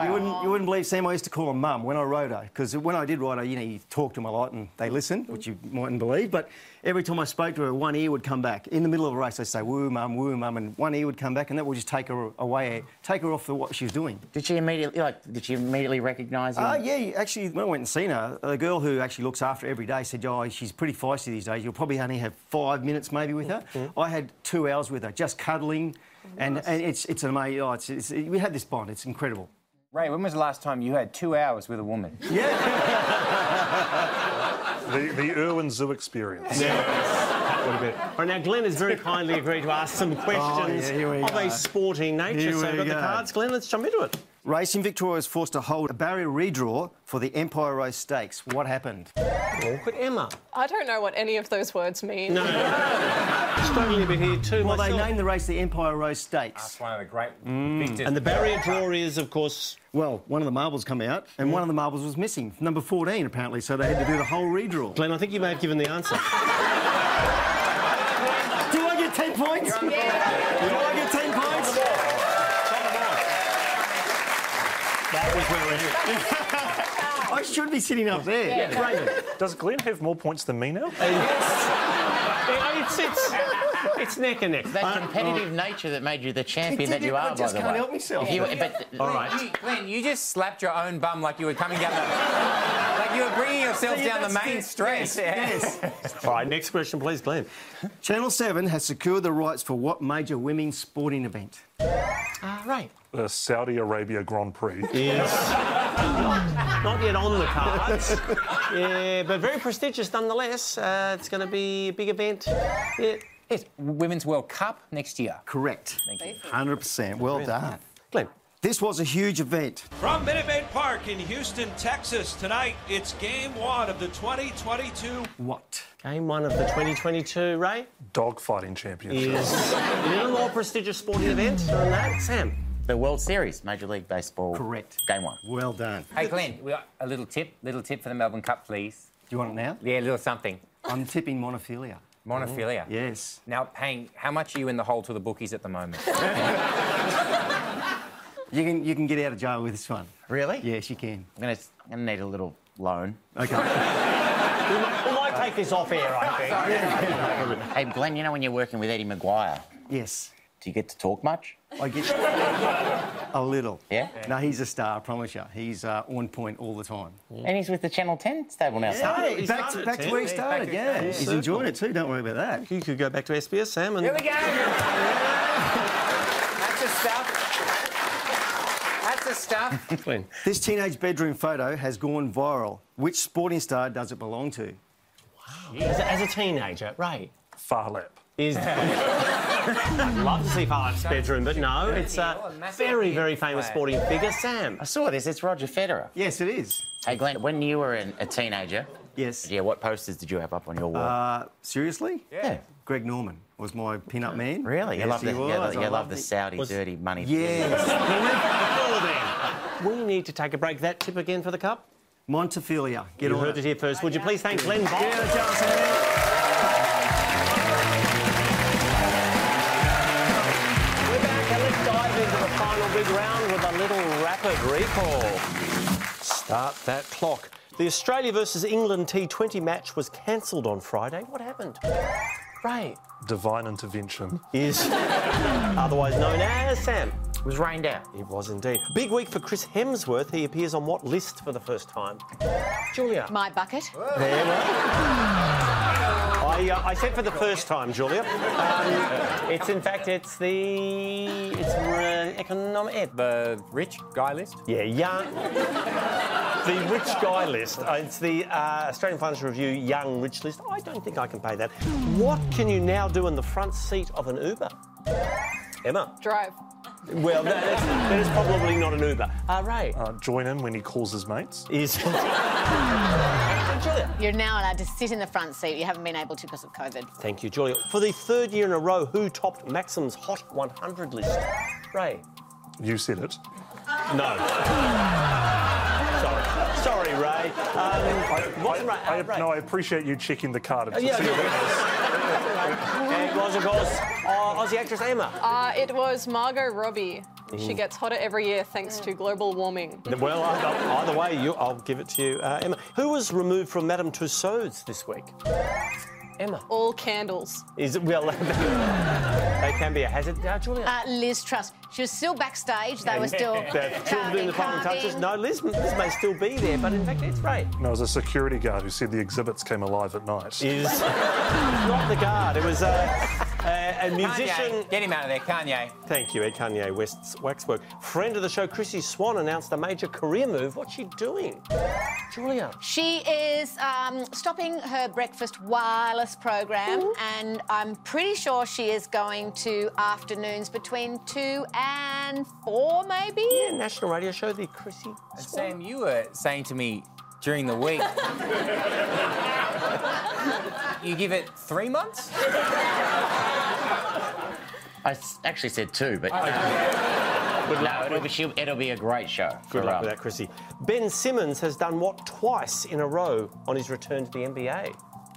Speaker 12: You wouldn't, you wouldn't believe Sam. I used to call her Mum when I rode her because when I did ride her, you know, you talked to them a lot and they listened, which you mightn't believe. But every time I spoke to her, one ear would come back in the middle of a race. They would say woo Mum, woo Mum, and one ear would come back, and that would just take her away, take her off the what she was doing.
Speaker 4: Did she immediately like? Did she immediately recognise you?
Speaker 12: Uh, yeah, you- actually, when I went and seen her, the girl who actually looks after her every day said, Oh, she's pretty feisty these days. You'll probably only have five minutes maybe with her. I had two hours with her, just cuddling. And, and it's, it's an amazing, oh, it's, it's, we had this bond, it's incredible.
Speaker 6: Ray, when was the last time you had two hours with a woman?
Speaker 5: the the Irwin Zoo experience.
Speaker 2: What a bit. All right, now Glenn has very kindly agreed to ask some questions
Speaker 12: Oh, yeah, here we
Speaker 2: of
Speaker 12: go.
Speaker 2: a sporting nature.
Speaker 12: Here
Speaker 2: so
Speaker 12: we
Speaker 2: we've got the
Speaker 12: go.
Speaker 2: cards, Glenn. Let's jump into it.
Speaker 12: Racing Victoria was forced to hold a barrier redraw for the Empire Race Stakes. What happened?
Speaker 2: Awkward Emma.
Speaker 9: I don't know what any of those words mean.
Speaker 2: No. Struggling a bit here too.
Speaker 12: Well, they
Speaker 2: myself.
Speaker 12: named the race the Empire Race Stakes.
Speaker 6: That's one of the great big
Speaker 2: And the barrier draw is, of course.
Speaker 12: Well, one of the marbles come out, and one of the marbles was missing, number 14 apparently, so they had to do the whole redraw.
Speaker 2: Glenn, I think you may have given the answer.
Speaker 12: Do I get 10 points? Do I get 10 points?
Speaker 2: That was where we're here.
Speaker 12: I should be sitting up there.
Speaker 5: Does Glenn have more points than me now?
Speaker 2: it's, it's, it's neck and neck.
Speaker 4: It's that competitive nature that made you the champion that you are, by the way. If you- but-
Speaker 6: All right. You, Glenn, you just slapped your own bum like you were coming down the... like you were bringing yourself
Speaker 4: See,
Speaker 6: down the
Speaker 4: that's
Speaker 6: main
Speaker 4: it.
Speaker 6: street.
Speaker 4: Yes,
Speaker 2: All right, next question, please, Glenn.
Speaker 12: Channel 7 has secured the rights for what major women's sporting event?
Speaker 6: Ah, right.
Speaker 5: The Saudi Arabia Grand Prix.
Speaker 2: Not yet on the cards. yeah, but very prestigious nonetheless. Uh, it's going to be a big event. Yeah.
Speaker 6: Yes, Women's World Cup next year.
Speaker 12: Correct. 100%. Well done.
Speaker 2: Glenn.
Speaker 12: This was a huge event.
Speaker 13: From Minute Maid Park in Houston, Texas, tonight it's game one of the 2022
Speaker 12: What?
Speaker 2: Game one of the 2022, Ray?
Speaker 5: Dogfighting Championship.
Speaker 2: Is a little more prestigious sporting event than that. Sam.
Speaker 4: The World Series, Major League Baseball.
Speaker 12: Correct.
Speaker 4: Game one.
Speaker 12: Well done.
Speaker 6: Hey, Glenn, we got a little tip. Little tip for the Melbourne Cup, please.
Speaker 12: Do you want it now?
Speaker 6: Yeah, a little something.
Speaker 12: I'm tipping monophilia.
Speaker 4: Mm-hmm.
Speaker 6: Monophilia.
Speaker 12: Yes.
Speaker 6: Now, Pang, how much are you in the hole to the bookies at the moment?
Speaker 12: You can you can get out of jail with this one.
Speaker 4: Really?
Speaker 12: Yes, you can.
Speaker 4: I'm going to I'm gonna need a little loan.
Speaker 12: Okay.
Speaker 2: We might, we might take this off air, I think.
Speaker 4: hey, Glenn, you know when you're working with Eddie Maguire?
Speaker 12: Yes.
Speaker 4: Do you get to talk much?
Speaker 12: I get a little.
Speaker 4: Yeah?
Speaker 12: No, he's a star. I promise you. He's uh, on point all the time.
Speaker 4: And he's with the Channel 10 stable now. so-
Speaker 12: Hey, back, to, back to where he started. Yeah. He's enjoying it too. Don't worry about that.
Speaker 2: You could go back to SBS, Sam. And...
Speaker 6: Here we go. That's the stuff. That's the stuff.
Speaker 2: Glenn.
Speaker 12: This teenage bedroom photo has gone viral. Which sporting star does it belong to?
Speaker 2: As, a, as a teenager, Ray.
Speaker 5: Farlap.
Speaker 2: Is I'd love to see Farlap's bedroom, but no, it's a very, very famous sporting figure, Sam.
Speaker 4: I saw this. It's Roger Federer.
Speaker 12: Yes, it is.
Speaker 4: Hey, Glenn, when you were an, a teenager...
Speaker 12: Yes.
Speaker 4: Yeah, what posters did you have up on your wall?
Speaker 12: Uh, seriously?
Speaker 4: yeah.
Speaker 12: Greg Norman was my pin-up man.
Speaker 4: Really?
Speaker 12: Yes,
Speaker 4: you love the,
Speaker 12: he
Speaker 4: you
Speaker 12: was.
Speaker 4: love, you
Speaker 12: I
Speaker 4: love
Speaker 12: loved
Speaker 4: the
Speaker 12: it.
Speaker 4: Saudi
Speaker 12: Was-
Speaker 4: dirty money.
Speaker 12: Yes.
Speaker 2: We need to take a break. That tip again for the cup.
Speaker 12: Montefilia. Get
Speaker 2: you
Speaker 12: on
Speaker 2: heard it. here first. Would you please thank Glenn Bond? We're back and let's dive into the final big round with a little rapid recall. Start that clock. The Australia versus England T20 match was cancelled on Friday. What happened? Right.
Speaker 5: Divine intervention.
Speaker 2: Is otherwise known as Sam.
Speaker 4: It was rained out.
Speaker 2: It was indeed. Big week for Chris Hemsworth. He appears on what list for the first time? Julia.
Speaker 3: My bucket.
Speaker 2: There we I, uh, I said for the first time, Julia. Um, it's in fact, it's the it's uh, economic ed.
Speaker 6: The rich guy list.
Speaker 2: Yeah, young. the rich guy list. Uh, it's the uh, Australian Financial Review young rich list. I don't think I can pay that. What can you now do in the front seat of an Uber? Emma.
Speaker 9: Drive.
Speaker 2: Well, that, that's, that is probably not an Uber. Uh, Ray.
Speaker 5: Uh, join in when he calls his mates.
Speaker 2: Is
Speaker 3: You're now allowed to sit in the front seat. You haven't been able to because of COVID.
Speaker 2: Thank you, Julia. For the third year in a row, who topped Maxim's Hot 100 list? Ray.
Speaker 5: You said it.
Speaker 2: No. Sorry. Sorry, Ray. Um, wasn't Ray.
Speaker 5: I,
Speaker 2: uh, Ray.
Speaker 5: no, I appreciate you checking the card.
Speaker 2: Uh, yeah, yeah. It was, of course, uh, Aussie actress Emma. Mm-hmm.
Speaker 9: Uh, it was Margot Robbie. She gets hotter every year thanks to global warming.
Speaker 2: Well, I- I- either way, you, I'll give it to you, uh, Emma. Who was removed from Madame Tussauds this week? Emma.
Speaker 9: All candles.
Speaker 2: Is it, well, they can be a hazard. Uh, Julia.
Speaker 3: Uh, Liz Truss. She was still backstage. They were still.
Speaker 2: The children doing the final
Speaker 3: carving.
Speaker 2: touches. No, Liz, Liz may still be there, but in fact, it's Ray.
Speaker 5: No, it was a security guard who said the exhibits came alive at night.
Speaker 2: Is not the guard. It was uh, a, a musician.
Speaker 6: Kanye. Get him out of there, Kanye.
Speaker 2: Thank you, Ed Kanye West's waxwork. Friend of the show, Chrissy Swan, announced a major career move. What's she doing? Julia.
Speaker 3: She is um, stopping her breakfast wireless program,
Speaker 16: Mm-hmm.
Speaker 3: and I'm pretty sure she is going to afternoons between two and four, maybe.
Speaker 2: Yeah, national radio show, the Chrissy
Speaker 6: And
Speaker 2: Swan.
Speaker 6: Sam, you were saying to me during the week. you give it three months?
Speaker 4: I s- actually said two, but no, it'll be, she'll- it'll be a great show.
Speaker 2: Good
Speaker 4: for
Speaker 2: luck
Speaker 4: us.
Speaker 2: with that, Chrissy. Ben Simmons has done what twice in a row on his return to the NBA.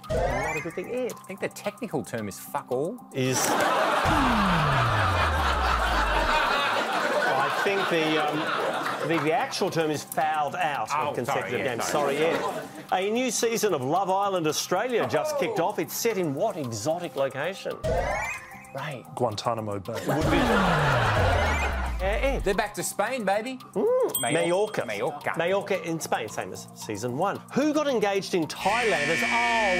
Speaker 2: Not a good thing. Ed
Speaker 6: I think the technical term is fuck all.
Speaker 2: is. I think the, um, the the actual term is fouled out
Speaker 15: Oh,
Speaker 2: of consecutive
Speaker 15: sorry, yeah,
Speaker 2: games.
Speaker 15: sorry.
Speaker 2: Sorry, yeah. A new season of Love Island Australia just kicked off. It's set in what exotic location? Right.
Speaker 5: Guantanamo Bay.
Speaker 6: They're back to Spain, baby.
Speaker 2: Mm. Mallorca. Mallorca. Mallorca in Spain, same as season one. Who got engaged in Thailand? As, oh,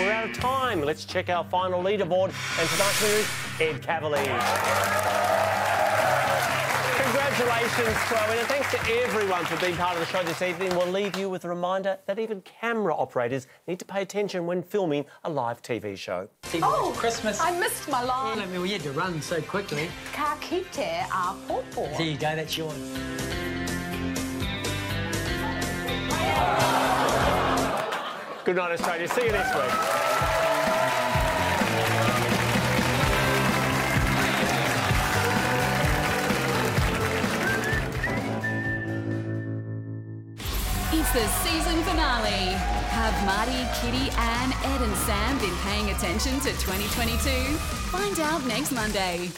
Speaker 2: we're out of time. Let's check our final leaderboard. And tonight's winner is Ed Cavalier. Congratulations, Chloe, and thanks to everyone for being part of the show this evening. We'll leave you with a reminder that even camera operators need to pay attention when filming a live TV show.
Speaker 16: Oh, Christmas. I missed my line.
Speaker 18: I mean, we had to run so quickly.
Speaker 16: Ka kite a popo.
Speaker 18: There you go, that's yours.
Speaker 2: Good night, Australia. See you next week.
Speaker 26: It's the season finale. Have Marty, Kitty, Anne, Ed, and Sam been paying attention to 2022? Find out next Monday.